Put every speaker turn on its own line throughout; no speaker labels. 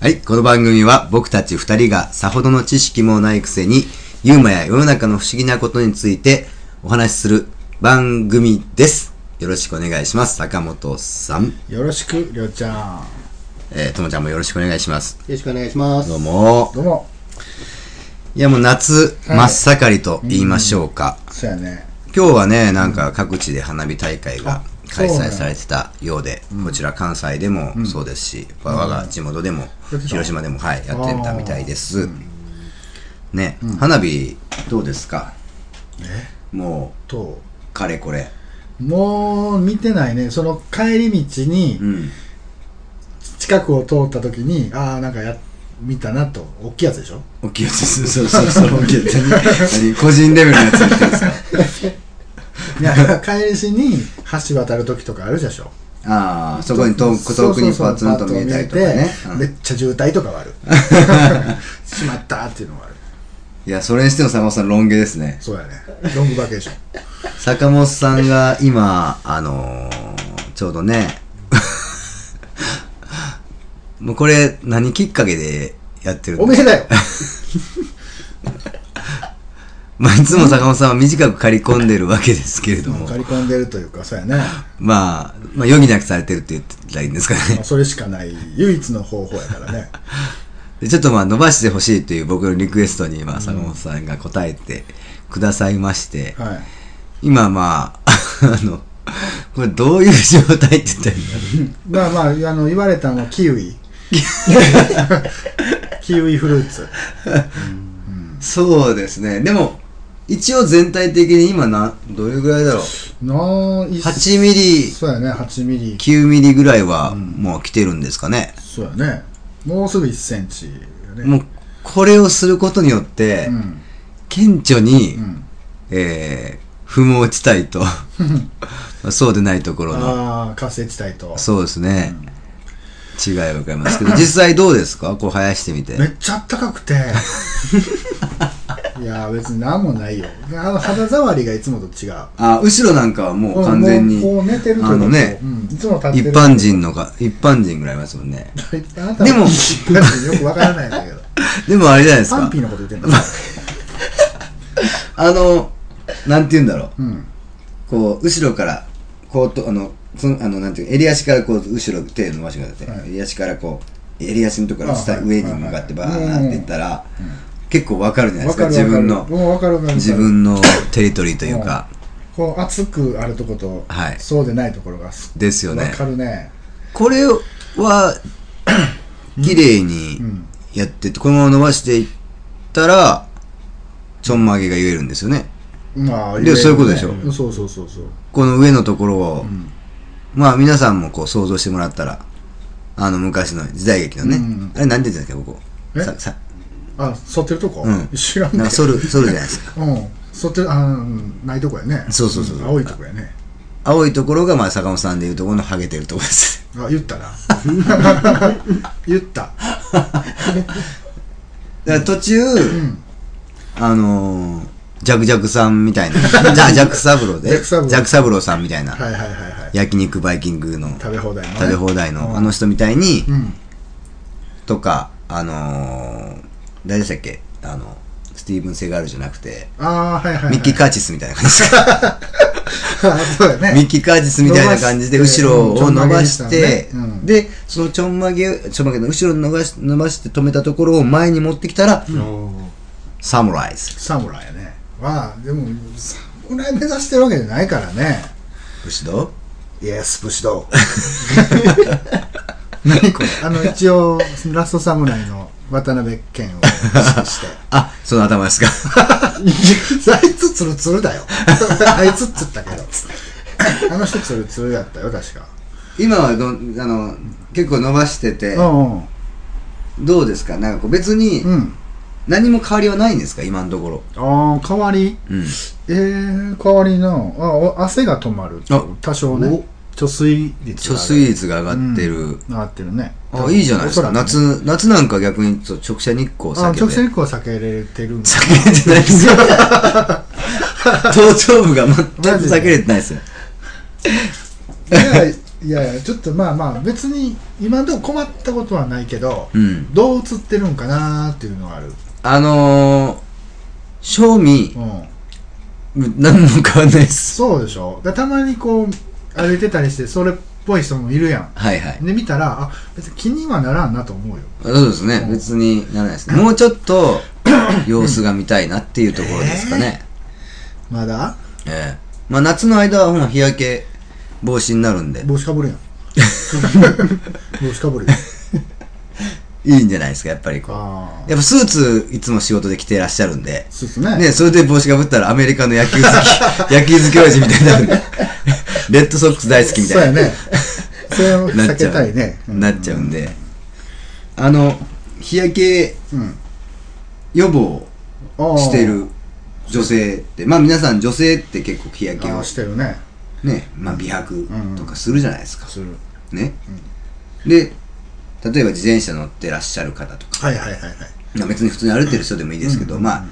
はい、この番組は僕たち二人がさほどの知識もないくせに、ユーマや世の中の不思議なことについてお話しする番組です。よろしくお願いします。坂本さん、
よろしく、りょうちゃん。よ
えー、ともちゃんもよろしくお願いします。
ろしくお願いします。
どうも。
どうも。
いやもう夏、
はい
真っ盛りと言いましょうか。
そうやね。
今日はね、なんか各地で花火大会が
あ
開
そうな
催
んや
されてたようで、こちら関西でもそうですし、我が地元でも、
やってた
広島でも、はい、やってたみたいです。ね、花火、どうですかも
と、
う、かれこれ。
もう見てないね。その帰り道に
う、ん。
近くを通った時に、ああ、なんかや、見たなと。大きいやつでし ょ
大きいやつです。そうそう そう、大きいやつ。何個人レベルのやつみたいですか
いや、帰りしに橋渡る時とかあるでしょ
ああ、そこに遠く
そ
遠く
うそうそう
にパツンと見えたりとかね。
パッと見えて
うん
めっちゃ渋滞とか はある。しまったーっていうのがある。
いや、それにしても坂本さん、ロン毛ですね。
そうやね。ロングバケーション。
坂本さんが今、あのーちょうどね、 もうこれ何きっかけでやってる
お
の
めえだよ
まあ、いつも坂本さんは短く刈り込んでるわけですけれども、
刈り込んでるというか、そうやね。
まあ、まあ、余儀なくされてるって言ったらいいんですか
ま
ね
あ。それしかない、唯一の方法やか らね。
でちょっとまあ伸ばしてほしいという僕のリクエストに今、坂本さんが答えてくださいまして、
はい。
今まあ、あ の、これどういう状態って言ったらいいんだろう
まあまあ、あの、言われたのは キウイ。キウイフルーツ。
そうですね。でも、一応全体的に今な、どれぐらいだろう。
のい
8ミリ、
そうやね、8ミリ。
9ミリぐらいはもう来てるんですかね。
そうやね。もうすぐ1センチやね。
もう、これをすることによって
う、ん。
顕著に、
うん。
えー、不毛地帯 と、そうでないところの、
ああ、活性地帯と。
そうですね。違いはわかり ますけど、実際どうですかこう生やしてみて。
めっちゃあったかく て。いやー、別になんもないよ。あの肌触りがいつもと違う。
あ、後ろなんかはもう完全に、
もうこう寝てるというか
あのね
うん、いつも立って
一
る。
般。人のか、一般人ぐらいいますもんね。
あなたは
で も
一般人よくわからないんだけ ど。
でもあれじゃないです
パ
か
ンピ。ーのこと言ってんの
あの、なんて言うんだろう。
うん。
こう、後ろから、こうと、あの、その、あの、なんていうか、襟足からこう、後ろ、手伸ばしてください。
はい
襟足からこう、襟足のところから下、
あはい
上に向かってバーンっていったら、結構わかるじゃないで
わ
すか、
かる
自分の、
もうわかるわかる
自分のテリトリーというか、
こう熱くあるとこと、
はい
そうでないところがす
ですよ
わ
ね。
かるね
これは、綺麗に
うん
やってて、このまま伸ばしていったら、ちょんまげが言えるんですよね。
まあ
でそういうことでしょ
うんそうそうそうそう
この上のところを、
ん
まあ皆さんもこう想像してもらったら、あの昔の時代劇のね、
うん
あれなんて言うんですか、ここ。
え
ささ
あ剃ってるとこ、
うん
知らんね
なんか剃る、剃るじゃないですか。
うん剃ってるあうんないとこやね
そうそうそうそうん
青いとこやね
青いところがまあ坂本さんでいうところのハゲてるところです。
あ言 ったな言った
だから途中、あのー、ジャクジャクさんみたい な、じゃあジャクサブローで、
ジャクサブロー
ジャクサブローさんみたいな、
はいはいはいはい
焼肉バイキングの
食べ放題のね
食べ放題の、
うん
あの人みたいに、
うん
とか、あのー、誰でしたっけあの、スティーブン・セガールじゃなくて、
ああーはいはい、はい、
ミッキー・カーチスみたいな感じですか
あそうやね
ミッキーカージスみたいな感じで
伸ばして
後ろを伸ばして、
うんちょんまげにしたのねうん
で、そのちょんまげ、ちょんまげの後ろに伸ばし伸ばして止めたところを前に持ってきたら、サムライズ。
サムライやねまあでもサムライ目指してるわけじゃないからね
武士道
イエス、武 士道。何これあの、一応、ラストサムライの渡辺謙を意 識して。
あ、その頭ですか。
あいつツルツルだよ。 あいつっつったけど。あの人ツルツルだったよ、確か。
今はどん、あの、結構伸ばしてて、
うんうん。
どうですかなんかこう別に
うん。
何も変わりはないんですか今のところ。
ああ、代わり
うん。
えー、代わりの、あお汗が止まるっていう
あ
多少ね。貯水率
貯
が
水率が上がってる。
上がってるね。
あ、いいじゃないですか。
おそらくね
夏、夏なんか逆にそう直射日光を避
あ
けて。
直射日光は避けれてるんだ
避けれてない ですよ。頭頂部が全く避けれてないですよ。
いやいやいやちょっとまあまあ別に今んとこ困ったことはないけど、
うん。
どう映ってるんかなーっていうのがある、
あのー、賞味
う、ん、
何も変わんないっす。
そうでしょだたまにこう歩いてたりしてそれっぽい人もいるや
はいはい。
んで見たらあ別に気にはならんなと思うよ
そうですね
う。ん
別にならないですね。もうちょっと、様子が見たいなっていうところですかね。
まだ
ええまあ夏の間はほんま日焼け防止になるんで、
帽子かぶるやん 帽子かぶるやん
いいんじゃないですか、やっぱりこう。
ああ
やっぱスーツいつも仕事で着てらっしゃるんで、
そうですね
ね、それで帽子がぶったらアメリカの野球 好き、野球好き親父みたいになるんで、レッドソックス大好きみ
そう
たい
や
な、
ねそれを
なっ
避
ち
け
ゃう
たいね
なっちゃうんで、あの、日焼け
うん
予防
あー
してる女性って、まあ皆さん女性って結構日焼け
あ
を
ーしてるね
ね、まあ美白とかするじゃないですか。
する
ね。で、例えば自転車乗ってらっしゃる方とか、
はいはいはいはい
まあ別に普通に歩いてる人でもいいですけど、
うん
まあ、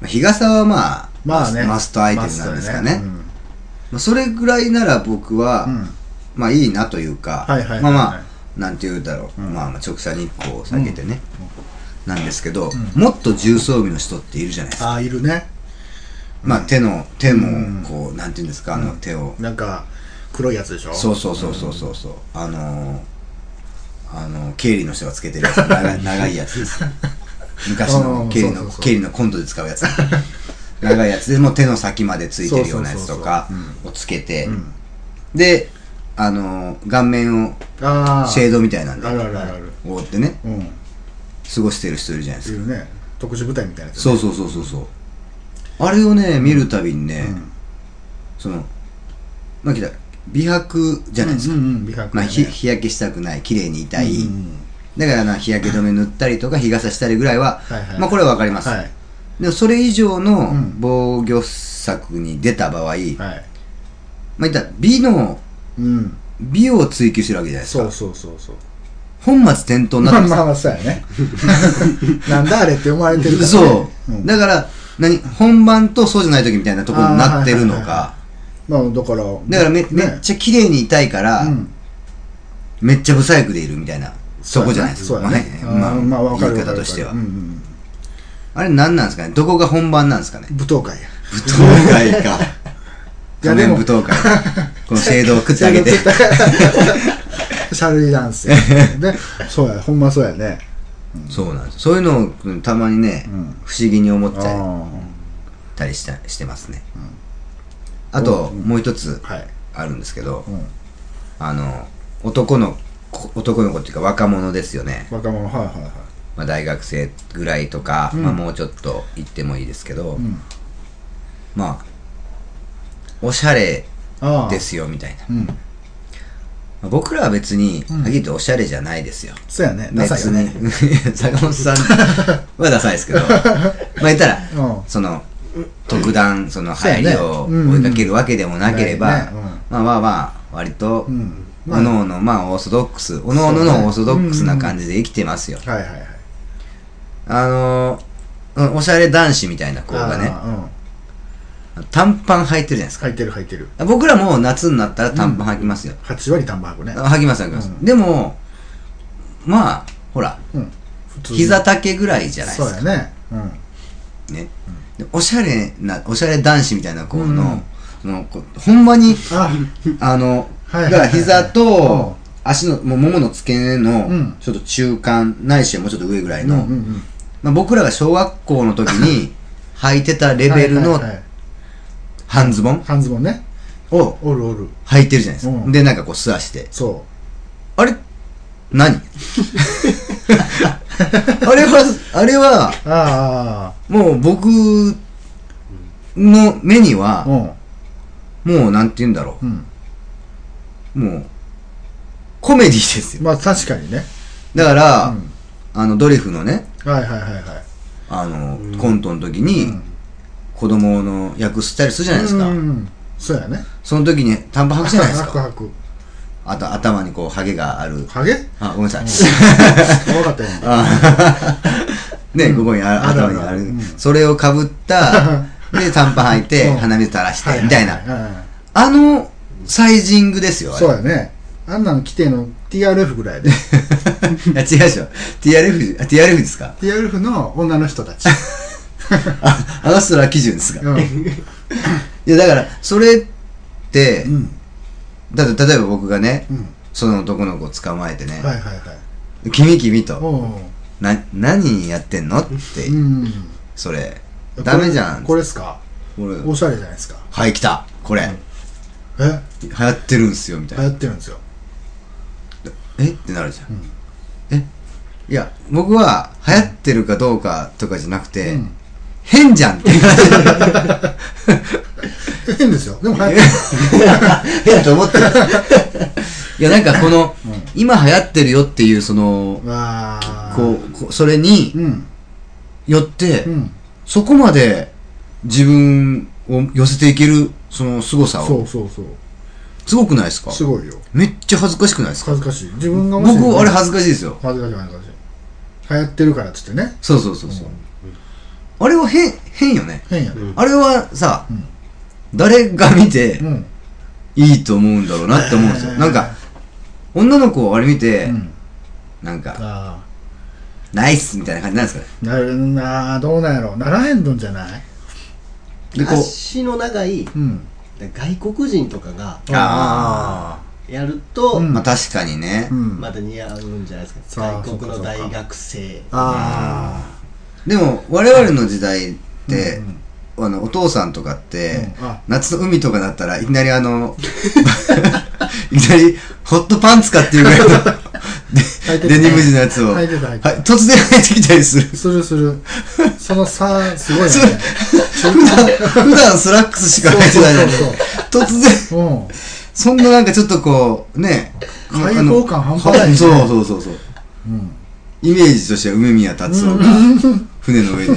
まあ日傘はまあ、
まあね
マストアイテムなんですかね。
マストや
まあ、それぐらいなら僕は、
うんうん
まあいいなというか、
はいはいはいはい
まあまあ、なんて言うだろう、
うん
まあまあ直射日光を避けてね、なんですけど、もっと重装備の人っているじゃないですか。
ああいるね
まあ手の、手
う
も、
ん
こう、なんて言うんですか、あの手を、
なんか黒いやつでしょ
そうそうそうそうそうそう、あのー、あのー、経理の人がつけてるやつ、長 い長いやつです。昔
う
の
ん
経理
そうそう
の、
そう
経理のコントで使うやつ。長いやつで、もう手の先までついてるようなやつとか
そうそうそう
をつけて
う、ん
で、あのー、顔面を
ああ
シェードみたいなんで
あるあるあるある
覆ってね
うんい
過ごしてる人いるじゃないですか
るね特殊部隊みたいなやつ
そううそうそうそうそうあれをね見るたびにね、
ん
そのまあきた美白じゃないですか、
うんうんうん美白ね
まあ、日日焼けしたくない綺麗にいたい、
うんうん
だからな日焼け止め塗ったりとか日傘したりぐらいは、
はいはい
まあこれはわかります、
はい
でもそれ以上の
うん
防御策に出た場合、
はい
まあいったら美の
うん
美を追求してるわけじゃないです
そ
か
うそうそうそう
本末転倒になっ
ま
てます
あまあまあそうや ねなんだあれって思われてるからね
そう、
ん
だから何本番とそうじゃない時みたいなところになってるの
あーはいはい
か
まあだから
だからめ,、
ね
めっちゃ綺麗にいたいから、
うん
めっちゃ不細工でいるみたいなそこじゃないです
そう
か、
やね
まあ
あーまあわかる
言い方としては、
わかるうんうん
あれ何なんですかねどこが本番なんですかね
うん舞踏会や
舞踏会か
いや
仮
で
面
も
舞踏会 このシェードを食ってあげて
シャルイダンスや ねそうやほんまそうやね
そうなんですそういうのをたまにね、
うん
不思議に思っち
あ
ゃっ
ー
たりしたしてますね、
ん
あと、もう一つ
はい
あるんですけど、
うん
あの男の子男の子っていうか若者ですよね、
若者はいはいはい
まあ、大学生ぐらいとか、
うん
まあ、もうちょっと行ってもいいですけど、
うん
まあおしゃれ
ああ
ですよみたいな、
うん
まあ僕らは別に
う
は
ん
っきり言っておしゃれじゃないですよ、
そうやねダサいよね
別に 坂本 さんはダサいですけどまあ言ったら
うん
その特段その
そうや
入
ね
りを
うん
追いかけるわけでもなければ、
ないね
まあまあまあ割と、
うん
まあ、おのおの、まあ、オーソドックス、おのおののオーソドックスな感じで生きてますよ。
はいはいはい
あのー、うんおしゃれ男子みたいな子がね、
あーうん
短パン履いてるじゃないですか。
履いてる履いてる
僕らも夏になったら短パン履きますよ。
8割丹波箱ね
あ履きます、履きます。
うん
でも、まあ、ほら、
うん普通に
膝丈ぐらいじゃないで
そう
す
や
か。
ねうん
ねでおしゃれな、おしゃれ男子みたいな子の、
うん
そのこうほんまに、
あ
あの、
はいはいはい
だから膝
うん
と、足の、もうももの付け根
う
の
ん、
ちょっと中間、ないしはもうちょっと上ぐらいの、
うんうん
まあ、僕らが小学校の時に履いてたレベル
は
の
いはいはい
半ズボン
半ズボンね
を
おるおる
履いてるじゃないです
う
か。
ん
で、なんかこう素足で。
そ
あれ何 あれは、あれは、
うあ
もう僕の目に
あ
は、
うん
もうなんて言うんだろ
うん
う。もう、コメディですよ。
まあ確かにね
だから、
うん
あの、ドリフのね、
はいはいはいはい
あの、
うん
コントの時
う
に
ん
子供の役吸ったりするじゃないですか、
うんうんそうやね
その時に短パン履くじゃないです
ハク
か
ハク
あと頭にこうハゲがある
ハゲ
あごめんなさい、
分かったよ
ね、ここにあ
あるあ
頭
る
にある
うん
それをかぶった で短パン履いて
うん
鼻水垂らして、
はいはいはい
みたいなあのサイジングですよあれ
そうやねあんなん来てんの TRF ぐらいで。
いや、違うでしょ。TRF、あ TRF ですか
TRF の女の人 たち。
あ、あの人ら基準ですか、
うん。
いや、だから、それって、
うん。
だって例えば僕がね、
うん。
その男の子を捕まえてね、
はいはいはい。
君君
お
と、
お。
な、何やってんのって、
うん。
それ、ダメじゃん。
これこれですか
俺
おしゃれじゃないですか。
はい、来た。これ、
え
流行ってるんすよ、みたい
流
な。
行ってるんですよ。
えってなるじゃん。
うん
えいや、僕は、流行ってるかどうかとかじゃなくて、
うん
変じゃんって言われてる
変ですよ。でも流行ってる。
変だと思ってる。いや、なんかこの、
うん
今流行ってるよっていう、その、
わー
こう、こうそれに
うん。
よって、
うん。
そこまで自分を寄せていける、その凄さ
そ
を、
うそうそう。
すごくないですか
すごいよ。
めっちゃ恥ずかしくないですか
恥ずかしい。自分がもし
僕、あれ恥ずかしいですよ。
恥ずかしい恥ずかしい。流行ってるからっつってね。
そうそうそうそう。あれは変、変よね。
変やね。
うん
あれはさ、
うん
誰が見て
うん。
いいと思うんだろうなって思うんですよ。
えー
なんか、女の子をあれ見て、
うん。
なんか、
あ
ナイスみたいな感じなんですかね。
あ。なるなあどうなんやろう。ならへんのんじゃない
で、こう、
足の長い
うん。
外国人とかが
あ
やると、
うん
まあ確かにね。
うん。
また似合うんじゃないです
あ
か
ー
外国の大学生
あ
でも、我々の時代っ
あ。
て、
うんうん
あのお父さんとかって、
うんあ
夏の海とかだったらいきなりあの いきなりホットパンツかっていうぐらい
履いて
の
た
デニム地のやつを、は
履
い
い、てた、履いて
突然入ってきたりする
た。するす る。その差、すごいよね。
それ普段普段スラックスしか履いてないのに
そう
突然
うん。
そんななんかちょっとこうね
開
あの
放感半端ないね
そうそうそうそう
うん。
イメージとしては梅宮達夫が船の上で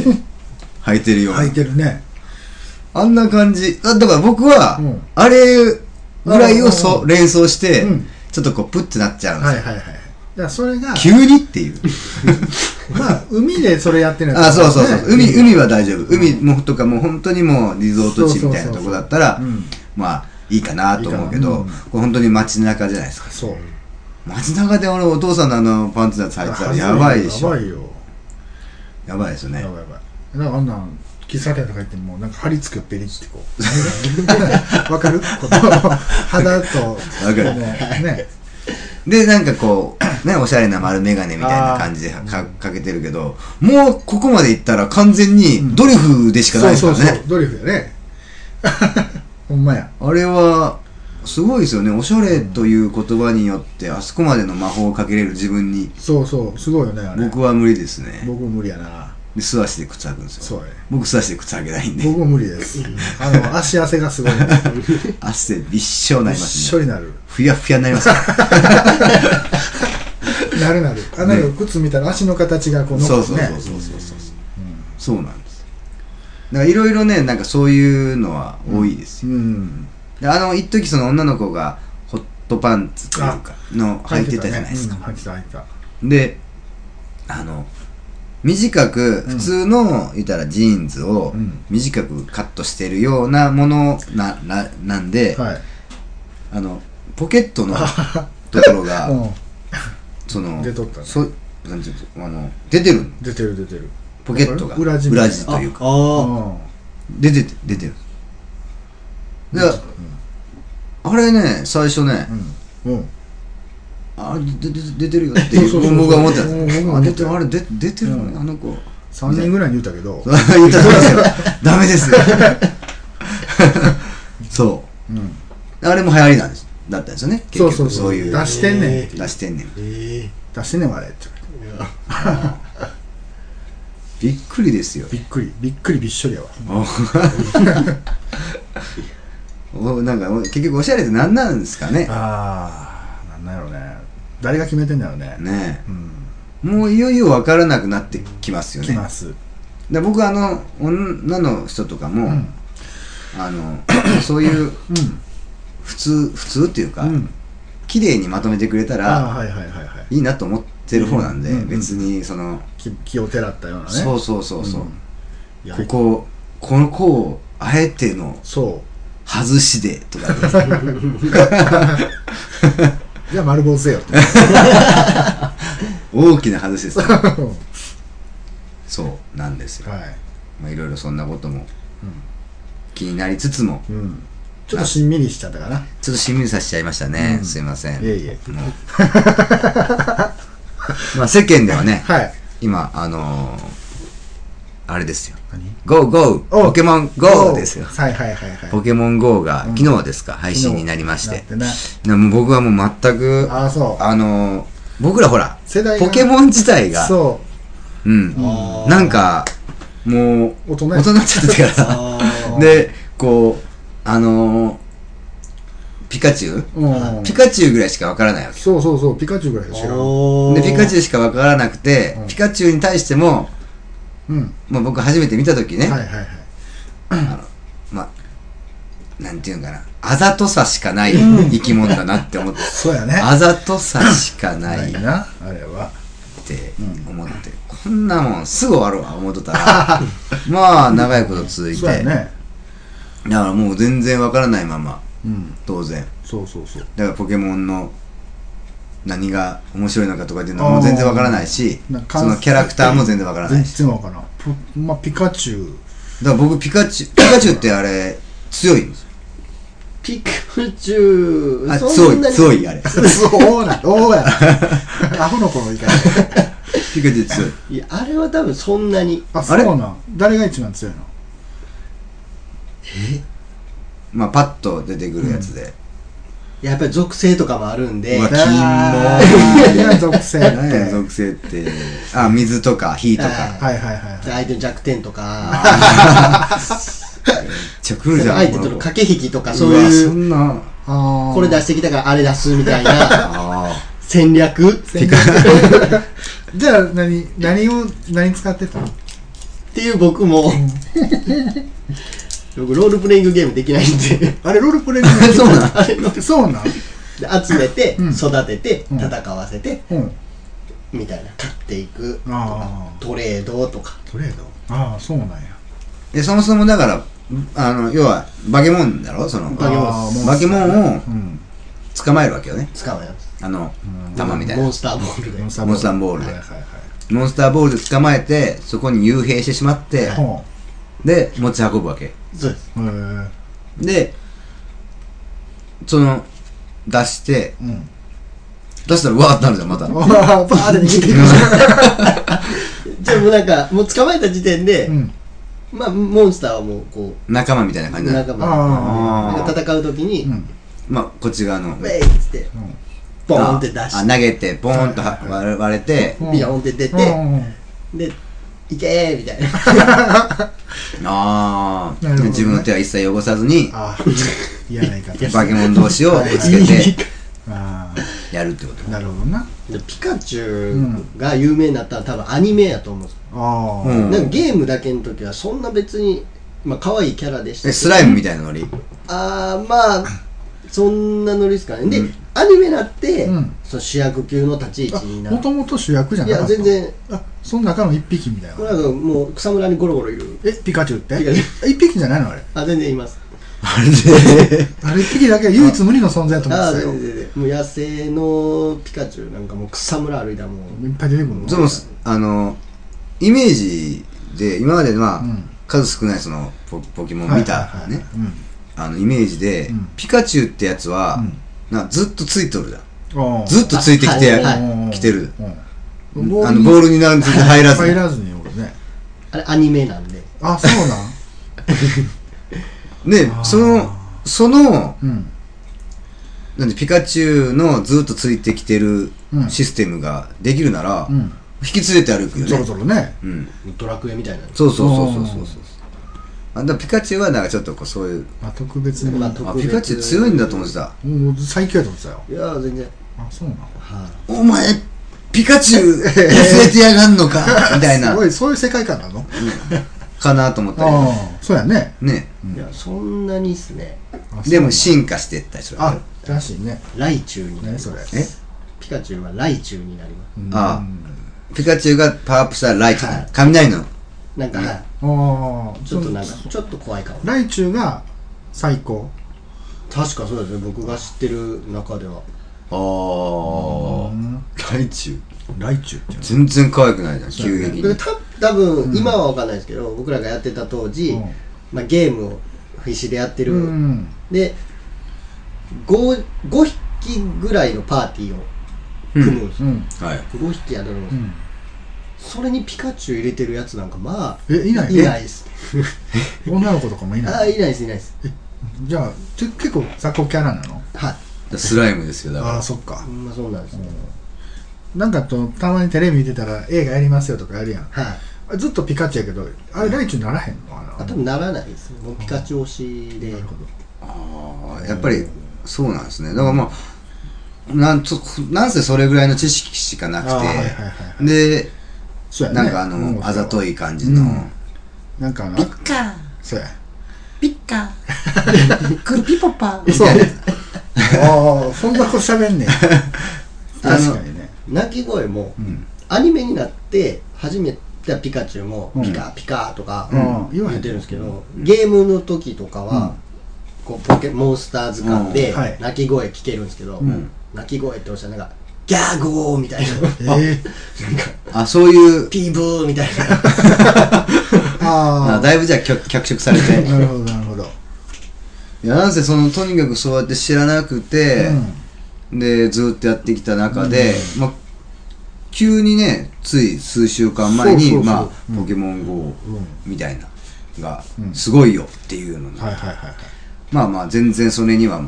履いてるような、
履いてるね。
あんな感じあだから僕は、
うん
あれぐらいを
うんうん
そうう連想して、
うん
ちょっとこうプッてなっちゃうんですよ
はいはいはい。じゃあそれ が、
急にっていう。
まあ、海でそれやってるん
あ、そうそうそう。海、海は大丈夫。海もとかもう本当にもうリゾート地みたいな
そうそうそう
とこだったら
うん、
まあ、いいかなと思うけ
いいかな
ど、
うん
これ本当に街中じゃないですか。
そう。
街中で俺お父さんのあのパンツのやつ履いてたらやばいでしょ
やば。いよ。
やばいですよ
や
ね
ば。いやばい。なんかあんなん、喫茶店とか行っても、なんか貼り付けペリってこ う。わかるこの、肌と、わ
かる
ね。
で、なんかこう、ね、おしゃれな丸メガネみたいな感じでかかけてるけど、もうここまで行ったら完全にドリフでしかないです
そ
か
う
ら
そうそ
ね。。
うドリフやね。 ほんまや。
あれは、すごいですよね。おしゃれという言葉によって、あそこまでの魔法をかけれる自分に、
そうそう、すごいよね、あれ。
僕は無理ですね。
僕無理やな。
で素足で靴履くんですよ。
そうやね。
僕素足で靴履けないんで、
僕無理です。 あの、足汗がすごいんですよ。
汗びっしょになりま
一
す
緒
ね。
になる。
ふやふやになりますか ら。
なるなる。あ、なんか靴見たら足の形がこう
そ
残
う
って
そうそ
ね。
うそうそうそう。そうなんです。だからいろいろね、なんかそういうのは多いですよ。
うん。
であの、一時その女の子がホットパンツというか、の履いてたじゃないですか。
うん履いてた、履いてた。
で、あの、短く、普通の、言ったらジーンズを
うん
短くカットしてるようなものな、な、なんで、
はい。
あの、ポケット のところが、
う
その、
出とったね
そうなんていうのあの、出てるの
ん。出てる出てる。
ポケットが。
裏地みたいな
裏地というか、
ああ
うん。
出てて、出てる。で、あれね、最初ね、
うん。うん。
あれ、でで出てるよっていう
そうそうそうそう
僕は思ってたんです
僕も
あ、
思
出
って
て
た
る、あれ、出出てる
うん
のあの子。
3人ぐらいに言うたけど
そ、う言ったらそうですよ。ダメですよ。 そ
うん。
う。あれも流行りなんです。だったんですよね。結
そう
局
そうそう。
そういう。
出してんねん
え。
出してんねん。
え
出してんねん、あれ。って
えいや
びっくりですよ。
びっくり。びっくりびっしょりやわ。
おなんか、お結局おしゃれって何なんですかね。
あー、なんなんやろね。誰が決めてんだろうね。
ねえ
うん。
もういよいよ分からなくなってきますよ
来
ね。
ます。
で僕あの女の人とかも、
うん
あの そういう普通普通っていうか、
うん。
綺麗にまとめてくれた
あー、
ら
はいはいはいはい。
いいなと思ってる方なんで、
うんうん
別にその、
き気をてらったようなね。
そうそうそうそう、
うんいや
こここの子をあえての
そう。
外しでとか
じゃあ丸坊主せ よって。
大きな話ですね
は
そうなんですよ、まあ、いろいろそんなことも気になりつつも
い。うん。ちょっとしんみりしちゃったかな。
ちょっとしんみりさせちゃいましたね、
うん
すいません
いえいえ。
もう まあ世間ではね
はい。
今あのー、あれですよ
何
GOGO!
お
ポケモン GO! ですよ
はいはいはいはい。
ポケモン GO が
うん
昨日ですか、配信になりまして
なってね
なもう僕はもう全くあ
ああ、そう。
のー、僕らほら
世代が
ポケモン自体が、
そう
ん、
あー
なん、かもう
う。大人や
大人になっちゃってたから
あー
でこうあのー、ピカチュウ
うん。
ピカチュウぐらいしかわからないわけ
そうそうそう。ピカチュウぐらいでしょ。
おー
でピカチュウしかわからなくて、
うん
ピカチュウに対しても、
うん。
まあ、僕初めて見た時
は
ね、
いはいはい。
まあなんていうんかなあざとさしかない生き物だなって思って、
そうやね。
あざとさしかない
な
っ
いな。あれは。
て
うん
思って、こんなもんすぐ終わるわ思っとった らまあ長いこと続いて、
そうやね。
だからもう全然わからないまま
うん。
当然
そうそうそう。
だからポケモンの何が面白いのかとかっていうのも全然わからないし
あーなんか
そのキャラクターも全然わからない
全
し
然わからん。ぷまあ、ピカチュウ。
だから僕ピカチュウピカチュウってあれ強いんですよ
ピカチュウ
あ
そ
強
んないに
強いあれ
そうな、そうや。アホの子の言い方。
ピカチュウ強い
いやあれは多分そんなに
あ、
あれ
そうなん。誰が一番強いの
まあパッと出てくるやつで、
やっぱり属性とかもあるんで
うわ
あ
金も
ーいや、属性って。
何や属性ってあ水とか火とか
は
はいはいはいは
相手の弱点とか
ちょ来るじゃん
相手と
こ
の
の子
駆け引きとかそう
うわ
い
そう
うん
な
あー
これ出してきたからあれ出すみたいな
あ
戦略って
じゃあ何何を何使ってたの
いう僕も僕ロールプレイングゲームできないんで
あれロールプレイン
あそうなん
あれの
そうなん
で集めて
うん
育てて
うん
戦わせて
うん
みたいな買っていくとか
あー
トレードとか
トレードああそうなんや
でそもそもだからあの要はバケモンだろその
バケモン
あー
バケモンを
うん
捕まえるわけよね
使わないます
あの
うん
玉みたいな
モンスターボールで
モン
モンスターボールで
はいはいはい
モンスターボールで捕まえてそこに幽閉してしまって、
ほ
で持ち運ぶわけ
そうです
うへー
でその出して
うん
出したらうわーってなるじゃんまた
ああバーで逃げていく
じゃあもうなんかもう捕まえた時点で、
うん
まあモンスターはもうこ
仲間みたいな
う
感じなの
仲間
あ
なんか
あ
戦う時に
ーうん
まあこっち側の
「ウェイ!」っつって
うん
ボーンって出
あ
し
投げてボーンとは割れ割れて
うん
てビヨンって出て
うんうん
で「いけー!」みたいな
ああ、
なるほどね
自分の手は一切汚さずに
あー嫌な言 い方
バケモン同士をぶつけて
あ
やるってこと
あなるほどな
でピカチュウが有名になったら多分アニメやと思うんですよ
ああ
うん
なんかゲームだけの時はそんな別にまあ可愛いキャラでした
え
けど
スライムみたいなノリ
ああま あそんなノリですかねで、
うん
アニメになって、
うん
その主役級の立ち位置にな
も
る
ともと主役じゃ
い
なか
や
った
全然
あその中の一匹みたい
こ
な
れなんかもう草むらにゴロゴロいる
えピカチュウって
ピカチ
え一匹じゃないのあ れ
あ全然います
あれで
あれ一匹だけ唯一無二の存在だと思
ああ
ってた
全
よ
然全然もう野生のピカチュウなんかもう草むら歩いたらもう
いっぱい出てくるの
でもあのイメージで今までまあ、
うん
数少ないそのポポケモン見たねあのイメージで、
うん
ピカチュウってやつは、
うん
なずっとついとるじゃんず
ず
っとついてきて、
あはい
来てる、
うん
あのボールになんずっと入らず
入らずに俺ね
あれアニメなんで
あそうなん
で
あー
そのその
うん
なんでピカチュウのずっとついてきてる
うん
システムができるなら、
うん
引き連れて歩くよね
そろそろね
うん、
ドラクエみたいな
そうそうそうそうそうそうあだからピカチュウはなんかちょっとこうそういう
まあ特別に
まあ
も
あ
特別
ピカチュウ強いんだと思ってた
う最強やと思ってたよ
いや全然
あそうなん
は
お前ピカチュウ忘れてやがんのかみたいな
すごいそういう世界観なの
かなと思ったけど
ああそうやね
ね
いいやそんなにっすね
あ
でも
そう
進化していったりする
なんあらしいね
雷中になりま
何
す
それ
え
ピカチュウは雷中になります
うん
あピカチュウがパワーアップしたらライトだ雷の
なんか、はい
ああ
ちょっとなんかちょっと怖いかも
来中が最高
確かそうですね僕が知ってる中では
あ
あー
うん
害虫
ライチュウっていうの
全然可愛くないじゃん
そう
急
だね
激
で
に
た多分、
うん
今は分かんないですけど僕らがやってた当時、
うん
まあ、ゲームを必死でやってる、
うん
で 5, 5匹ぐらいのパーティーを組むんです、
うん
はい
5匹やるの、
うん
それにピカチュウ入れてるやつなんかまあ
えいない
いないです
え女の子とかもい
ああ
ない
いないですいないです
じゃあちょ結構雑魚キャラなの
はい
スライムですよだ
あ
か
あそっか
まあそうなんです、
なんかとたまにテレビ見てたら映画やりますよとかやるやん
はい
あずっとピカチュウやけどあれライチュウならへんのかな
あ多分ならないですねもうピカチュウ推しで
なるほど
らああやっぱりそうなんですねだからまあなんとなんせそれぐらいの知識しかなくて、
あーはいはいはいは
で
そうやね
なんかあの、
うん
あざとい感じの、
うんなんかあの
ピッカー、
そうや
ピッカー、 クルピポパー。
そうああそんな子喋んねん確かにね
鳴き声も
うん
アニメになって初めてピカチュウも
うん
ピカピカとか
うん
言ってるんですけど、ゲームの時とかは、こうポケモンスター図鑑で
うんはい
鳴き声聞けるんですけど、
ん
鳴き声っておっしゃるなんかギャゴーみたいな
ええ
あそういう
ピーブーみたいな
あ
あ
だいぶじゃあ脚脚色され
あ
て
なるほどなるほど
いやなんせそのとにかくそうやって知らなくて、でずーっとやってきた中で、まあ、急にねつい数週間前に
そうそうそう
まあ
うん
ポケモン GO
うん
みたいなのが、
うん
すごいよっていうのに、
はいはいはいはい
まあまあ全然それには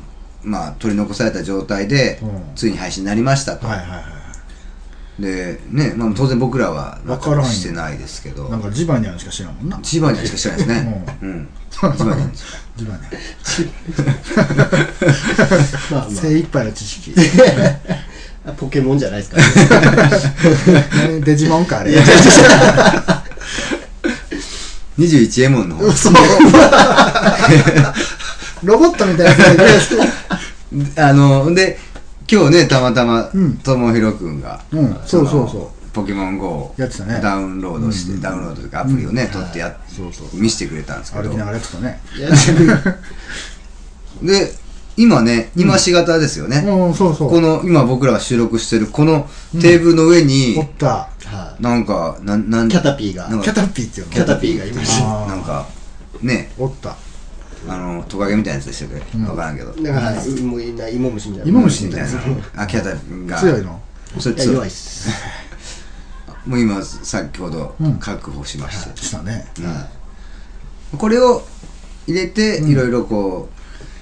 まあ取り残された状態で、
うん
ついに配信になりましたと、
はいはいはい
でね、まあ、当然僕らは
わからんよ
してないですけど
なんかジバニャンしか知らんもんな
千葉にはしかしてないですねうん千葉には
ジバニャン
まあ
精一杯の知識
まあポケモンじゃないですからね
何デジモンかあれ
21エモンの方
嘘 ロボットみたいな感じで
あので今日ねたまたま
うん
ともひろくんが、
うんそうそう
あの
そ
ポケモン GO を
うやってたね
ダウンロードして、
うんうん
ダウンロードというかアプリをね、取ってやっ
そうそう
見せてくれたんですけ
歩
ど
きながらやってたね
いやで
で今ね今し型ですよね、
うんそうそう
この今僕らが収録してるこのテーブルの上に、
おった
は
なんかなんなん
いキャタピーが
なんか
キャタピーっていうの
キャタピーがいまし
あー
なんかね
おった
あのトカゲみたいなやつでしたっけ、
うん
分からんけど
ただからいもういない芋虫みたいな
芋虫みたいな
あキャタピが
強いの
それ
いや弱いっ
強い
す
もう今先ほど
うん
確保しまして、
したね
うんこれを入れていろいろこう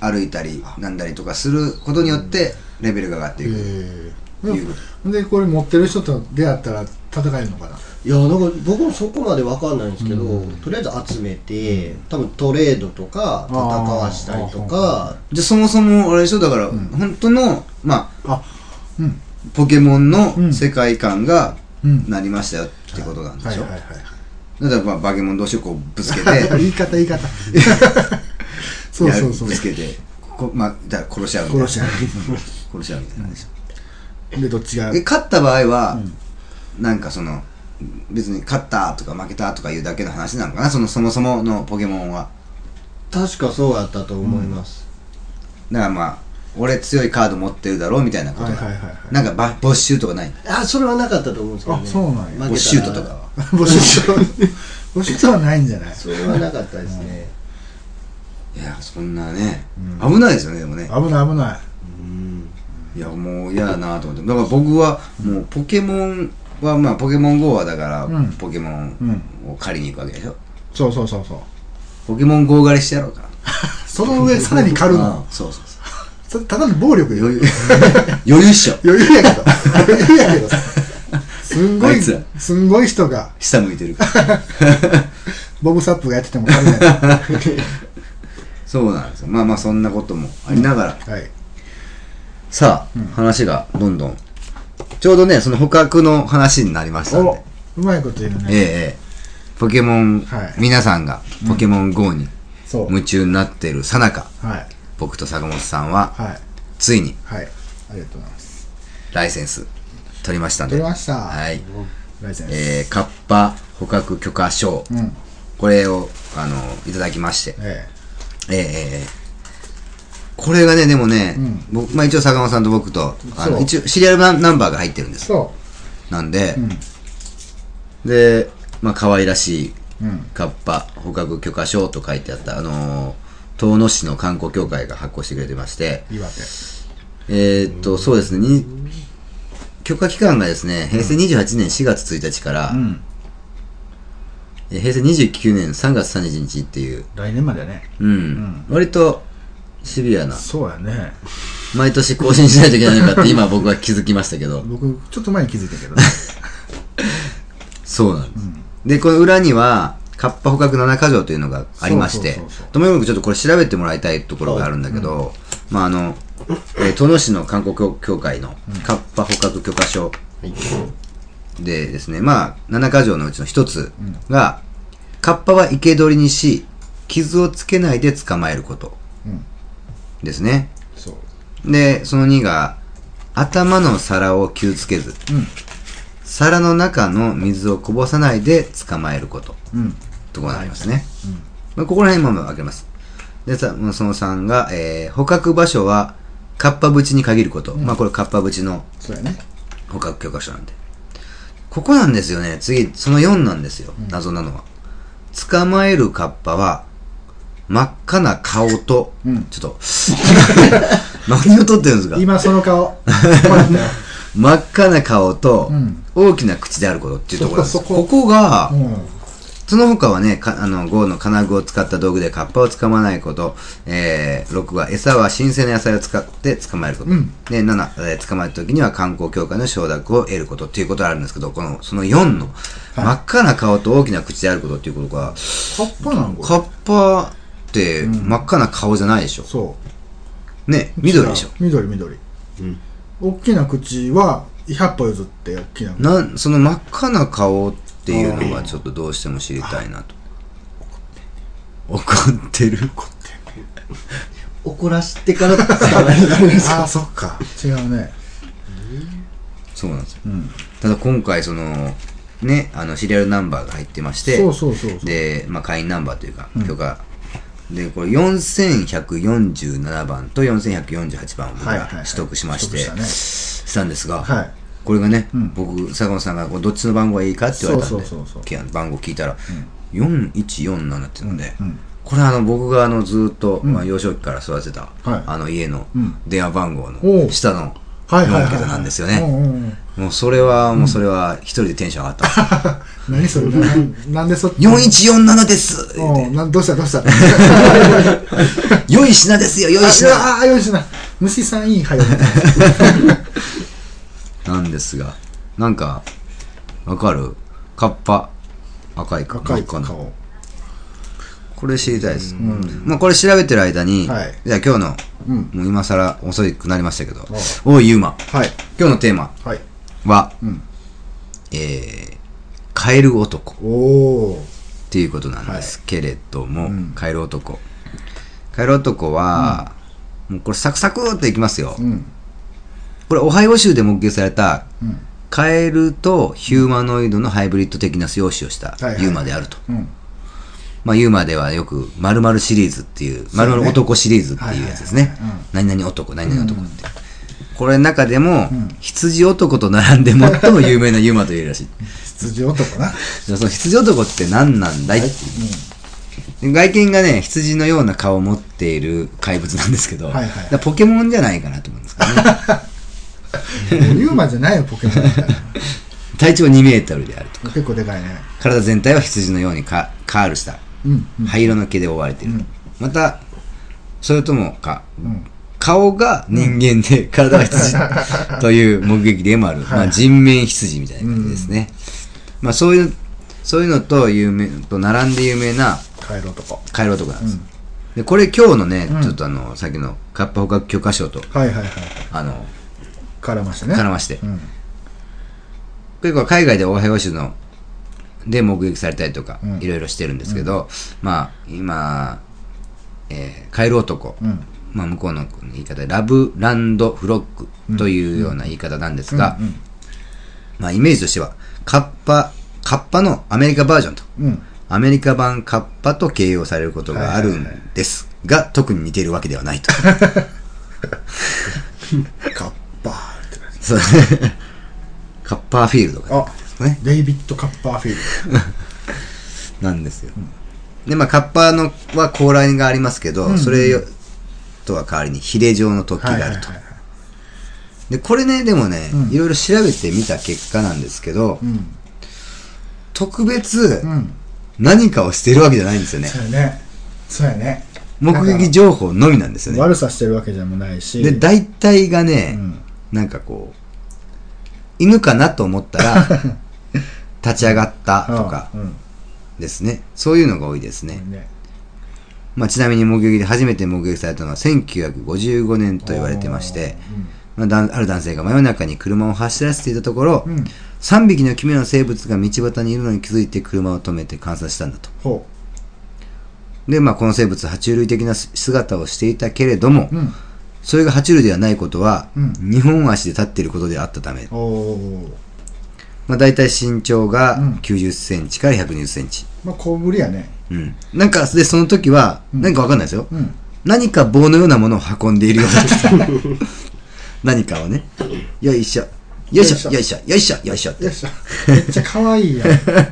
歩いたりなんだりとかすることによってレベルが上がっていく、
え
いう
えでこれ持ってる人と出会ったら戦えるのかない
やなんか僕もそこまでわかんないんですけど、
うん
とりあえず集めて多分トレードとか戦わしたりとか
じゃあそもそもあれでしょだから
ん
本当の、まあ、
あうん
ポケモン
う
の
ん
世界観が
うん
なりましたよってことなんで
はい
しょ、
はいはい
だからまあバケモン同士をこうぶつけて
言い方言い方 そう
やる
そうそう
ぶつけてこまあ、だから殺し合うみたいな
殺し 合
殺し合うみたいなんでしょ
うでどっちが
で勝った場合は、
うん
なんかその別に勝ったとか負けたとかいうだけの話なのかなそのそもそものポケモンは
確かそうやったと思います、
だからまあ俺強いカード持ってるだろうみたいなこと、
はいはいはいはい
なんかば没収とかない
あそれはなかったと思うんですけど、ね、
あそうなんや
負けたら
没収ととかは
募集と募集とはないんじゃない
それはなかったですね
いやそんなね、
うん
危ないですよねでもね
危ない危ない
うん
いやもう嫌だなと思ってだから僕はもうポケモンはまあポケモン GO はだから、
うん
ポケモンを借りに行くわけでしょ
そうそうそうそう
ポケモン GO 狩りしてやろうか
その上さらに狩る
な
の
そうそうそう
それただの暴力よ
余裕余裕っしょ
余裕やけど余裕やけどさすんご
あい
い
つら
すんごい人が
下向いてるから
ボブサップがやってても 狩れない
そうなんですよまあまあそんなこともありながら、
はい
さあ、話がどんどんちょうどねその捕獲の話になりましたんで、
おうまいこと言う
ええ
ね
ええポケモン、
はい
皆さんがポケモン GO に
そう
夢中になってるさなか
はい
僕と坂本さんは
はい
ついに
はいありがとうございます
ライセンス取りましたんで
取りました
はい、
ライセンス
えー、カッパ捕獲許可証、
うん
これをあのいただきまして
ええ
ええええこれがね、でもね、
うん
僕、まあ一応坂本さんと僕と、あ
そ
の、
う
一応シリアルナンナンバーが入ってるんです。
そ
なんで
う。う、ん。
で、まあ可愛らしい
うん。
カッパ捕獲許可証と書いてあった、あのー、遠野市の観光協会が発行してくれてまして、
岩手。
えーっと、そうですね、に許可期間がですね、平成28年4月1日から、
う
え
ん。
ー平成29年3月30日っていう、
来年までやね。
うん、
ん
割とシビアな、
そうやね。
毎年更新しないといけないのかって今僕は気づきましたけど、
僕、ちょっと前に気づいたけどね。
そうなんで
う
す。
ん。
で、この裏には、カッパ捕獲七箇条というのがありまして
そうそうそうそう、
ともよくちょっとこれ調べてもらいたいところがあるんだけど、まああの、えー、殿市の観光協会のカッパ捕獲許可証
はい。
でですね、まあ、七箇条のうちの一つ
うん
が、カッパは生け捕りにし、傷をつけないで捕まえること
うん。
ですね。
そう。
で、その2が、頭の皿を気をつけず、皿の中の水をこぼさないで捕まえること。
うん。うん。
ところになりますね。まあ、ここら辺も分けます。で、さその3が、えー捕獲場所は、カッパ淵に限ること。まあ、これカッパ淵の
そうやね。
捕獲許可書なんで。ここなんですよね。次、その4なんですよ。謎なのは。捕まえるカッパは、真っ赤な顔と、
うん
ちょっと、 何を撮ってるんですか
今その 顔。困ったよ
真っ赤な顔と
うん、
大きな口であることっていうところなんです。
そこそ
ここが、
うん。
その他はね、かあの、5の金具を使った道具でカッパを捕まないこと、えー、6は餌は新鮮な野菜を使って捕まえること。
うん
で、7、えー捕まえた時には観光協会の承諾を得ることっていうことがあるんですけど、この、その4の、真っ赤な顔と大きな口であることっていうことが、
カッパなんこれ
カッパって
ん
真っ赤な顔じゃないでしょ。
そう。
ね、緑でしょ。
緑、緑。
うん。
大きな口は、100歩譲って大きな口。
なん、その真っ赤な顔っていうのがちょっとどうしても知りたいなと。怒ってる怒ってる。
怒らしてからって言 わ
ああ、そっか。違うね。
そうなんですよ。
うん。
ただ今回そのねあのシリアルナンバーが入ってまして
そうそうそうそう。
で、まあ、会員ナンバーというか許可、でこれ4147番と4148番を僕
はい
が
はいはい
取得しまして、
取得し
したんですが、
たね。はい。
これがね、
うん
僕坂本さんがこうどっちの番号がいいかって言われたんで
そうそうそうそう
き番号聞いたら、4147っていうので、
うん。
これあの僕があのずっと、
ん
まあ、幼少期から育てた、
はい
あの家の
うん
電話番号
お
の
う
下の
はいはいはい、
4
はい。
桁なんですよね、
うんうんうん。
もうそれは、もうそれは、一人でテンション上がった。
何それななんでそっち
4147です言う
おう
て
なんどうしたどうした
良い品ですよ、良い品
ああよしな虫さんいいはよ
なんですが、なんか、わかるカッパ。赤いか
赤い
真っ赤な
顔
これ知りたいです。
ん
まあこれ調べてる間に、
はい
じゃあ今日の、
うん
もう今更遅くなりましたけど、おい、ゆうま。
はい
今日のテーマ
はい
は、
うん
えー、カエル男。
おお
っていうことなんですけれども、
うん
帰る男帰る男は、もうこれサクサクっていきますよ、
うん
これオハイオ州で目撃された
うん
カエルとヒューマノイドのハイブリッド的な容姿をした
いはい
ユーマであると、
うん
まあ、ユーマではよく〇〇シリーズっていう
うね
〇〇男シリーズっていうやつですね
はいはいはい
何々男何々男って、これの中でも、
ん
羊男と並んで最も有名なユーマというらしい
羊男な
じゃあその羊男って何なんだいっていう外見がね、羊のような顔を持っている怪物なんですけど、
はいはい
だからポケモンじゃないかなと思うんです けどね。
うんユーマじゃないよポケモンみたいな
体長2メートルであると。
結構でかいね
体全体は羊のようにカカールした
うん
灰色の毛で覆われている。
うん
また、それともか、
うん
顔が人間で体は 羊という目撃例もある、まあ、人面羊みたいな感じですね。まあそういう、そういうのと有名、と並んで有名な
カエル男
カエル男なんです。で、これ今日のね、ちょっとあの、さっきのカッパ捕獲許可証と
はいはいはい
あの、
絡ましてね
絡まして。
うん
結構海外でオハイオ州の、で目撃されたりとか
う、ん
いろいろしてるんですけど、まあ、今、えー、カエル男、
うん
まあ向こうの言い方で、ラブランドフロックというような言い方なんですが、
うん
まあイメージとしては、カッパ、カッパのアメリカバージョンと、
うん
アメリカ版カッパと形容されることがあるんですが特に似ているわけではない と。
カッパーって感じ
そうカッパーフィールドが
あ
ですね。
デイビッド・カッパーフィール
なんですよ。で、まあ、カッパーのは高麗がありますけど、
うん
それよとは代わりにヒレ状の突
ド
起があると。で、これね、でもね、
うん
いろいろ調べてみた結果なんですけど、
うん
特別
うん
何かをしているわけじゃないんですよね。
そうやねそうやね
目撃情報のみなんですよね。
悪さしてるわけでもないし
で、大体が
う
ね、
ん
なんかこう、犬かなと思ったら、 立ち上がったとか
うん
ですね。そういうのが多いです
う
ね。
んね
まあ、ちなみに目撃で初めて目撃されたのは1955年と言われてまして、まあ、だんある男性が真夜中に車を走らせていたところ、
うんうん
3匹の奇妙な生物が道端にいるのに気づいて車を止めて観察したんだと。
ほ
で、まあ、この生物、爬虫類的な姿をしていたけれども
う、うん
それが爬虫類ではないことは、
うん
二本足で立っていることであったため、
おお
まあ、大体身長が
うん
90センチから120センチ。
まあ小ぶりやね
うん。なんか、で、その時は、
うん
なんかわかんないですよ。
うん
何か棒のようなものを運んでいる ようだった。何かをね。よいしょ。よいしょ、よ
よ
いしょ、よいしょ、よいしょっ
よ
て
っ。しゃめっちゃ可愛いやん
ま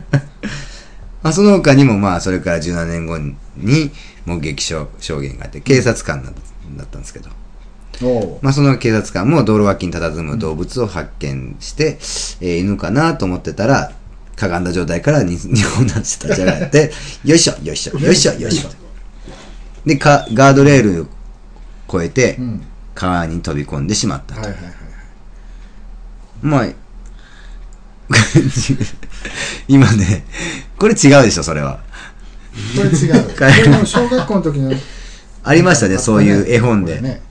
あ、その他にも、まあ、それから17年後に目撃証証言があって、警察官なんだったんですけど。
おお
まあ、その警察官も道路脇に佇む動物を発見して、えー犬かなと思ってたら、かがんだ状態からに 日本なんて立ち上がって、よいしょ、よいしょ、よいしょ、よいしょ。で、かガードレールを越えて
う、ん
川に飛び込んでしまった
はい
と。
はい はい
まあ、 今ね、これ違うでしょ、それは。
これ違うこれも小学校の時の
ありましたね、そういう絵本
これ
で。
ね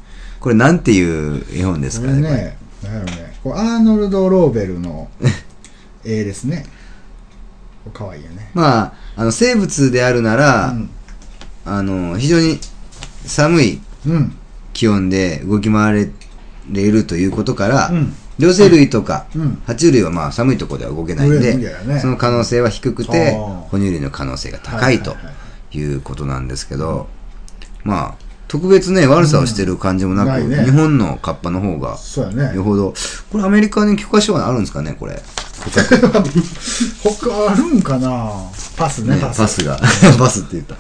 これなんていう絵本です
こ
か
れ
ね。これ
ねなんやろねこうアーノルド・ローベ ルの絵ですねこれ可愛いよね
まあ、あの、生物であるな
う
ら、
ん
あの、非常に寒い
うん
気温で動き回れるということから、
うん
両生類とか、
うん
爬虫類はまあ寒いところでは動けないん
上
で、
無理だよね
その可能性は低くて
あー、
哺乳類の可能性が高いと
ははは
いうことなんですけど、まあ、特別ね、悪さをしてる感じもなく、
うんないね
日本のカッパの方が、
そうやね
よほど、これアメリカに許可書があるんですかね、これ。
他あるんかなパスね
ね
パス
パス が。パスって言った。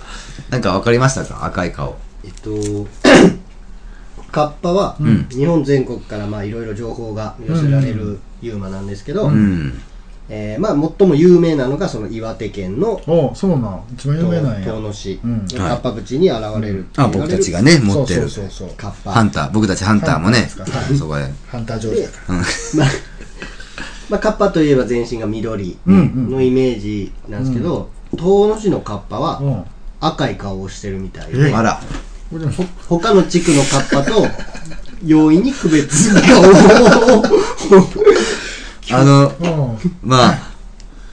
なんかわかりましたか赤い顔。
えっとカッパは、
ん
日本全国からまあいろいろ情報が寄せられるユーマなんですけど、
うん。
えーまあ、最も有名なのがその岩手県の
おそうなん一番有名なんや
遠野市、
うん
カッパ口に現れるって言
あ、
われる
僕たちがね、持ってる。
そうそうそうそう
カッパ
ハンター、僕たちハンターもね、
ハンターですかはい
そこへ。
ハンタージョージだから
まあ、まあ、カッパといえば全身が緑
うん
のイメージなんですけど、遠野市のカッパは
うん
赤い顔をしてるみたい
え
で、
あら、
これでも
ほ他の地区のカッパ と容易に区別がおー
あの、
うん
まあ、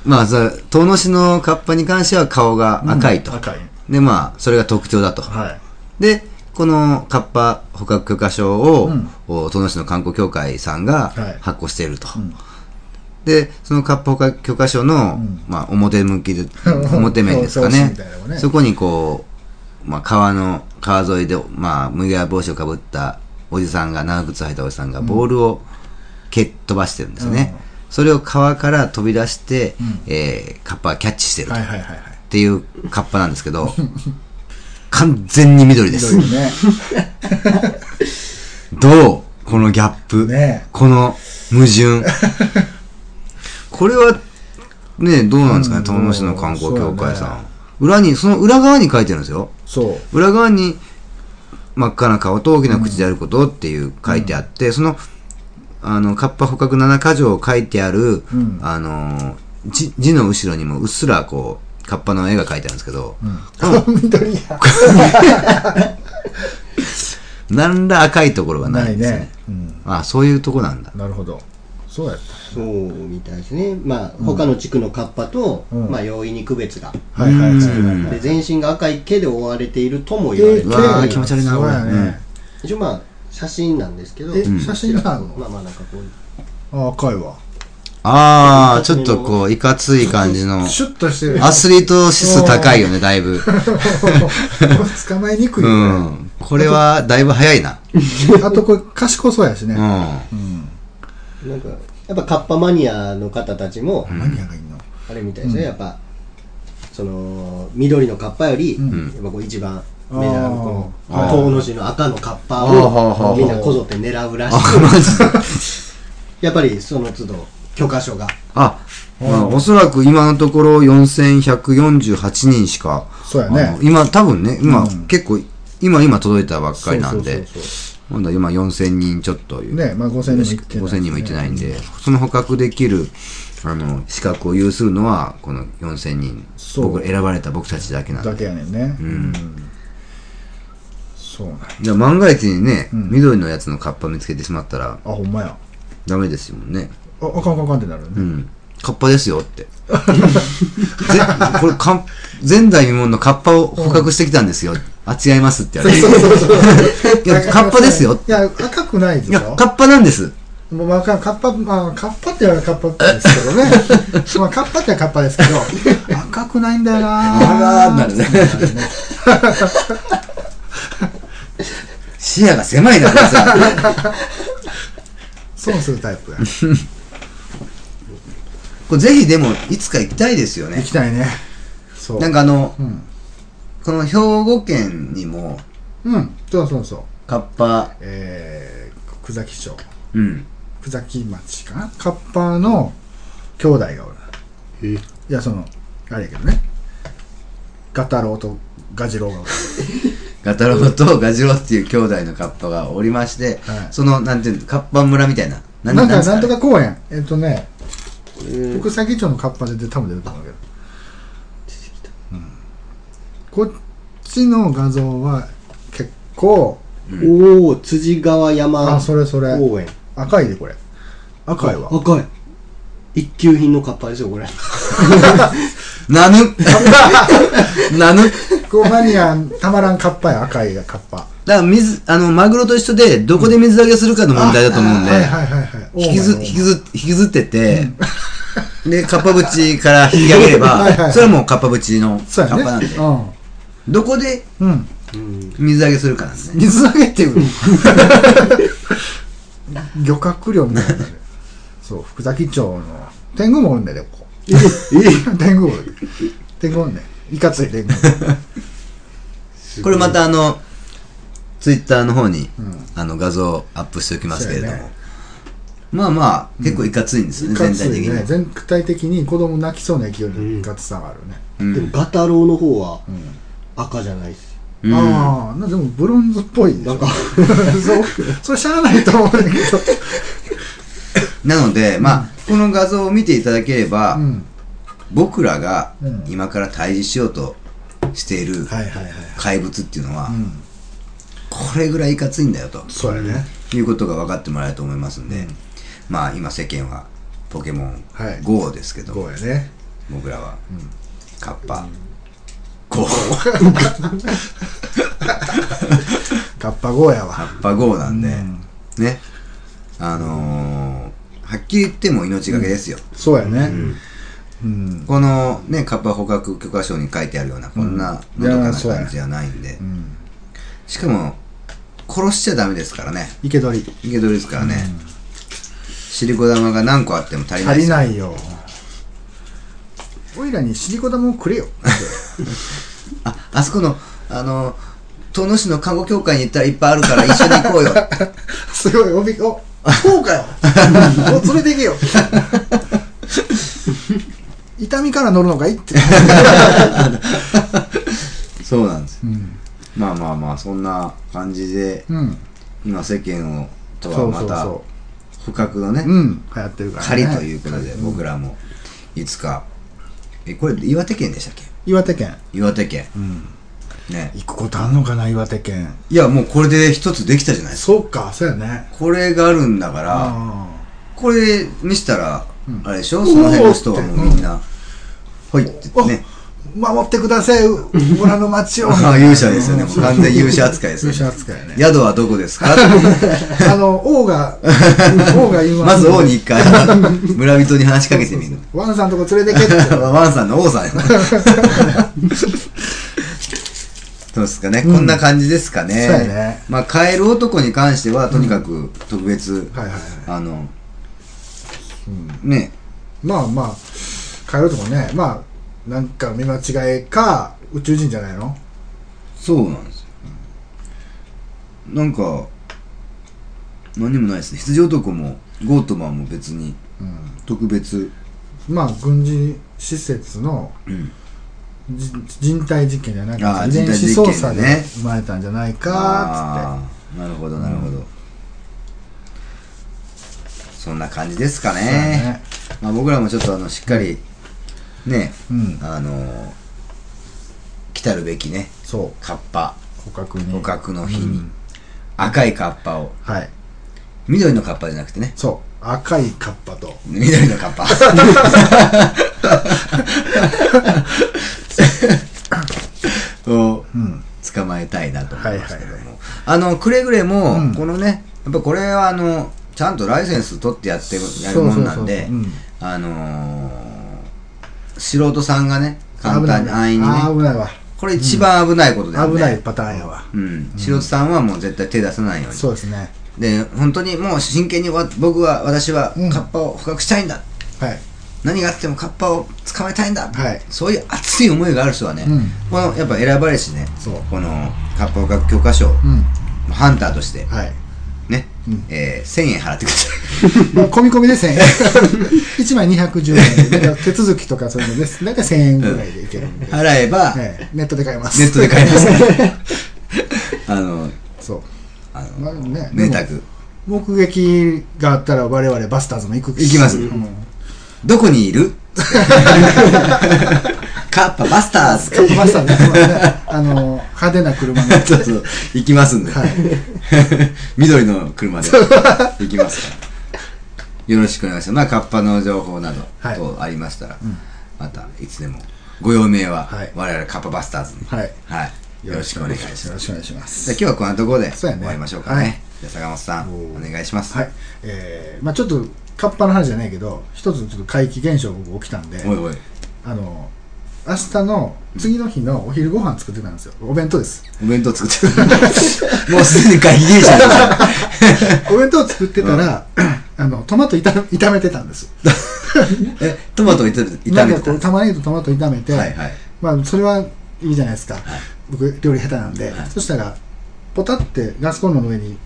まあ、そう遠野市のカッパに関しては顔が赤いと。
赤い
で、まあ、それが特徴だと。
はい
で、このカッパ捕獲許可証を、
うん
お遠野市の観光協会さんが
はい
発行していると。
ん
で、そのカッパ捕獲許可証の、
うん
まあ、表向きで、 表面ですか
表紙
ね
みたいなのがね
そこにこう、まあ、川の、川沿いで、まあ、麦わら帽子をかぶったおじさんが、長靴を履いたおじさんが、ボールを蹴っ飛ばしてるんですね。
うん
それを川から飛び出して、
うん
えーカッパがキャッチしてると。
はい
っ
はいはいはい
ていうカッパなんですけど、完全に緑です。
緑ね
どうこのギャップ。
ね
この矛 盾。これは、ね、どうなんですかね、
うん
遠野市の観光協会さん。
そうだね
裏に、その裏側に書いてるんですよ。
そう
裏側に、真っ赤な顔と大きな口であることっていう書いてあって、その、あの、カッパ捕獲七箇条を書いてある、
うん
あの、字字の後ろにもうっすらこう、カッパの絵が書いてあるんですけど、
緑や
何ら赤いところがな
ない
ん
い
ですね。
ねうん
あ、そういうとこなんだ。
なるほどそうやっ
そうみたいですね。まあ、他の地区のカッパと、
うん
まあ、容易に区別が。
たはいはいはいはいは
で、
い
全身が赤い毛で覆われているとも言われて
う
い
わー
る
気持ち悪いな
そうや
俺
ね
一応まあ、写真なんですけど、
え
こちら
写真があるの
まあまあなんかこういう
あ赤いわ
ああ、ちょっとこう、いかつい感じの。
シュッとしてる。
アスリート指数高いよね、だいぶ。
捕まえにくいうよね、
ん。これは、だいぶ早いな。
あとこれ賢そうやしね。
う
うん。
なんか、やっぱカッパマニアの方たちも、
マニアがいいの。
あれみたいですね、やっぱ、その、緑のカッパより、
ん
やっぱこう一番、メジャーのこう、
あー
遠野市の赤のカッパ
あーはーはーは
を、
ー
みんなこぞって狙うらしい。やっぱりその都度、許可書が。
あ、まあおそらく今のところ4148人しか。
そうや
あ
ね
の。今、多分ね、今、結構、今、今届いたばっかりなんで、
そうそうそ
まだ今4000人ちょっという。
ね、まあ5000人も行ってない。
5000人もいってないんで、その捕獲できる、あの、資格を有するのは、この4000人。
そう
僕、選ばれた僕たちだけなんで。
だ。けやねんね。うんそうなんや
じゃあ万が一にね、
ん
緑のやつのカッパ見つけてしまったら
あ、ほんまや。
ダメですもんね。
あ、あかんあかんあかんってなるよ
う
ね。
ん。カッパですよ って。ぜこれかん、前代未聞のカッパを捕獲してきたんですよ。あ、違いますって言われて。 いや、カッパですよ。
いや、赤くないで
い
し
や、
ょ
カッパなんです。
もうまあ、カッパ、まあ、カッパって言われカッ パですけどね。まあ、カッパってはカッパですけど、赤くないんだよな
あらーなるね。 視野が狭いな、これ さ。
損するタイプや。
これぜひでも、いつか行きたいですよ
行
ね。
きたいね。そう。
なんかあの、
うん。
この兵庫県にも、
うん。そうそうそう。
カッパ、
えー、久崎町、
うん。
久崎町かな。カッパの兄弟がおる。
うえ
いや、その、あれやけどね。ガタロウとガジロウがおる。
ガタロウとガジロウっていう兄弟のカッパがおりまして、
はい
その、なんていうの、カッパ村みたいな。
なんか、なんと
か。
か公園。えっとね、
ー
福崎町のカッパで多分出ると思うけど。こっちの画像は結構、
おー、辻川山
あ、それそれ。
公園。
赤いで、これ。赤いわ。
赤い。一級品のカッパですよ、これ。
な ぬなぬ
こうマニアン、たまらんカッパや、赤いカッパ。
だから水、あの、マグロと一緒で、どこで水揚げするかの問題だと思うんで、
はいはいはいはい。
引きず、
オーマ
引
イ
きず、引きずってて、で、カッパ淵から引き上げれ
はいはいは
ば、
い
それはもうカッパ淵のカ
そう
ッ
や
パ
ね。
なんで、
う
どこで
ん。うん。
うん。
水揚げするかなんですね。
水揚げって いう。漁獲量みたいなね。そう、福崎町の。天狗もおるんだよ、ここ。
ええ
天狗おる。天狗おるね。いかつい天狗。
これまたあの、ツイッターの方に、
うん
あの、画像をアップしておきますけれども、
そうやね
まあまあ、結構いかついんですよね、
いか
全
つ
体的
い
に
ね。。全体的に子供泣きそうな勢い
うん
のいかつさがあるね。
うん
でも、ガタロウの方は
ん
赤じゃないです。
うん
ああ、なでもブロンズっぽいでしょ。
なんか
そう、それしゃあないと思うんだけど。
なので、まあ、この画像を見ていただければ、
うん。
僕らが
うん
今から対峙しようとしている
はいはいはい。
怪物っていうのは、
うん。
これぐらいいかついんだよと
そうやね。
いうことが分かってもらえると思いますんで、まあ今世間はポケモン
はい
GO ですけど、
こうやね。
僕らはカッパ GO
カッパゴーや
カ
わ。
ッパ GO なんで、
うん
ねあのー、はっきり言っても命がけですよ、
そうやね。うん。
このねカッパ捕獲許可書に書いてあるようなこんな
うん
のどか
いや
な
そうや
感じじゃないんで、
うん。
しかも殺しちゃダメですからね
生け捕り。
いけどですからね、シリコ玉が何個あっても足りない
足
です
り
よ
ないよ。おいらにシリコ玉をくれよ。
ああそこのあの遠野市の看護協会に行ったらいっぱいあるから一緒に行 こうよ
すごい、おびき、お、そう かよお、連れて行け よ痛みから乗るのかいって。
そうなんです
うん。
まあまあまあそんな感じで
うん。
今世間をとは
そう
ま
そう
た
そ
捕獲のね
う。うん。流行ってるからね。
狩りということで僕らもいつかえこれ岩手県でしたっけ
岩手県。
岩手県
うん。
ね
行くことあんのかな、岩手県。
いやもうこれで一つできたじゃないですか
そうか、そうやね。
これがあるんだから、
あ
これ見せたら、
うん
あれでしょその辺の人はもうみんな、ほいってね。
あ。守ってください、う村の町 を。
ああ 勇者ですよね。もう完全に勇者扱
扱
いで
い。
す、ね
勇。者扱いやね。
宿はどこです か
あの、王 が、王が今。
まず王に一回、村人に話しかけてみる。
ワンさんとこ連れて け って。
ワンさんの王 さんやなそうですかね、こんな感じですかね。
そうやね
まあ、帰る男に関しては、とにかく特別、
はいはいはい。
あの、
うん
ね、
まあまあ、変えるとかね、まあ、なんか見間違いか、宇宙人じゃないの
そうなんですよ。なんか、何にもないですね。羊男も、ゴートマンも別に、
うん。
特別、
まあ、軍事施設の、
うん
じ人体実験じゃない
あ
か、
ー
遺伝子
人体
操
実験
作
ね
で生まれたんじゃないか、
あーなるほどなるほど、そんな感じですかね
つって。そうやね
まあ、僕らもちょっとあのしっかりね
うん。
あのー来たるべきね
そう。
カッパ
捕獲に。
捕獲の日に、
うん
赤いカッパを
はい。
緑のカッパじゃなくてね
そう。赤いカッパと。
緑のカッ パを
うん。
捕まえたいなと思いますけども、
はいはい
あのくれぐれも、
うん
このねやっぱこれはあのちゃんとライセンス取ってやってやるもんなんで
そうそうそう
あのー素人さんがね簡単に
危ない
安易に
あー
ね
危ないわ。
これ一番危ないことだよね、
危ないパターンやわ。
うん、素人さんはもう絶対手出さないように
そうですね。
で本当にもう真剣にわ僕は私は
うん
カッパを捕獲したいんだ、
はい。
何があってもカッパを捕まえたいんだ、
はい
そういう熱い思いがある人はね、
うん
このやっぱ選ばれしね
そう
このカッパ捕獲許可証、
うん。
ハンターとして
はい。
ね、
うん
えー、1000円払ってください
まあ、込み込みで1000円。1枚210円で。だ から手続きとかそういうのです。だいたい1000円ぐらいでいけるんで。は
払えば、
い。ネットで買えます。
ネットで買えますから あの
そう。
あの、
まあね
名作
目撃があったら我々バスターズも行くし
行きます
うん
どこにい るカッパバスターズ
ちょっとバスターズね、 あの、派手な車の。
そうそう、行きますんで。
は
緑の車で行きますから。よろしくお願いします。まあ、カッパの情報など、
はい
とありましたら、またいつでも、ご用命は、
はい
我々カッパバスターズに、
はい。
はいよろしくお願いします。
よろしくお願いします。
じゃあ今日はこんなところで
そ
終
うやね
わりましょうかね。
はい
じゃあ坂本さん、お
おー
願いします。
はい。えー、まあちょっと、カッパの話じゃないけど、一つちょっと怪奇現象が僕起きたんで、
お いおい。
あの、明日の、次の日のお昼ご飯作ってたんですよ。お弁当です。
お弁当作ってる。もうすでに会議者だ。
お弁当作ってたら、あの、トマト炒め炒めてたんです。
え、トマトを炒めて、
な
炒
ん
め
か
てた
こ
んで
う、玉ねぎとトマト炒めて、
す。はいはい。
まあ、それはいいじゃないですか。僕、料理下手なんで。
はい
そしたら、ポタってガスコンロの上に、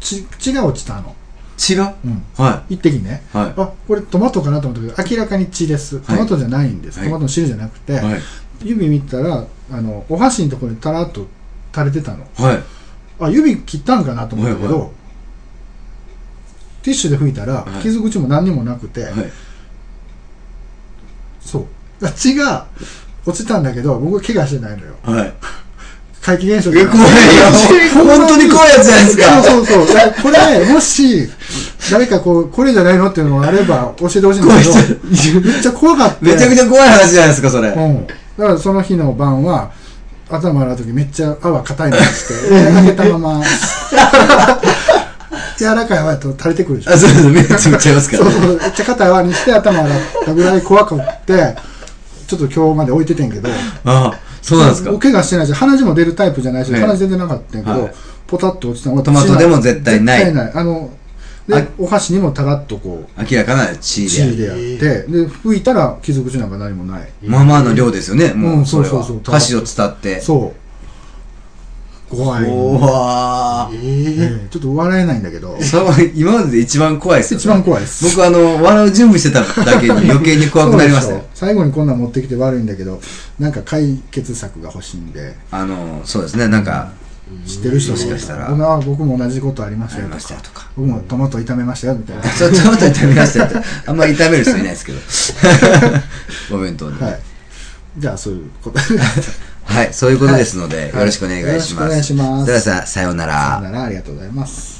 ち血が落ちたの。
血が
うん。
は
一滴ね。
い。は
あ、これトマトかなと思ったけど、明らかに血です。トマトじゃないんです。
はい
トマトの汁じゃなくて、
い。はい。
指見たら、あの、お箸のところにタラっと垂れてたの。
はい。
あ、指切ったんかなと思ったけど、
はいは
ティッシュで拭いたら、
はい
傷口も何にもなくて、
はい。
そう。だから血が落ちたんだけど、僕は怪我してないのよ。
はい。
怪奇現象
え、怖い よ。本当に怖いやつじゃないですか。
そうそうそう。だからこれ、もし、誰かこう、これじゃないのっていうのがあれば教えてほしいんだけど、めっちゃ怖かった。
めちゃくちゃ怖い話じゃないですか、それ。
うん。だからその日の晩は、頭洗うときめっちゃ泡硬いのにして、 開けたまま、柔らかい泡やと垂れてくるでしょ
あ、。そうそう、目つぶっちゃいますか
そう
ら。
そう、めっちゃ硬い泡にして頭洗ったぐらい怖くって、ちょっと今日まで置いててんけど、
あ、そうなんですか
お。怪我してないし、鼻血も出るタイプじゃないし、
ええ
鼻血出てなかったんやけど、
はい
ポタッと落ちたのが
トマトでも絶対ない
絶対ない。あの、
あ
で、お箸にもたらっとこ
明らかな
う、
地
血
位で。
でやって、で、拭いたら傷口なんか何もない。
まあまあの量ですよね、
う
もう、
ん
そ
そう
れ
そ
は
うそう。
箸を伝って。
そう。怖い。
おわ
ええ
ええちょっと笑えないんだけど
ー。、それは今までで一番怖いですよ。
一番怖いです。
僕、あの、笑う準備してただけに余計に怖くなりました
そう
よ
でょ。最後にこんなん持ってきて悪いんだけど、なんか解決策が欲しいんで、
あの、そうですね、なんか、
知ってる人
もし
い
か
ら
したら
ああ僕も同じことありまし
あ
た
り
よと
ました
か
よ、とか。
僕もトマト炒めましたよみたいな。
ちょっと待って、痛みましたよって。あんまり痛める人いないですけど。 お弁当で。
はい。じゃあ、そういうこと。
はい、そういうことですので、
い
よろしくお願いします。
はいよろしくお願いします
それではさ、さようなら
なら、ありがとうございます。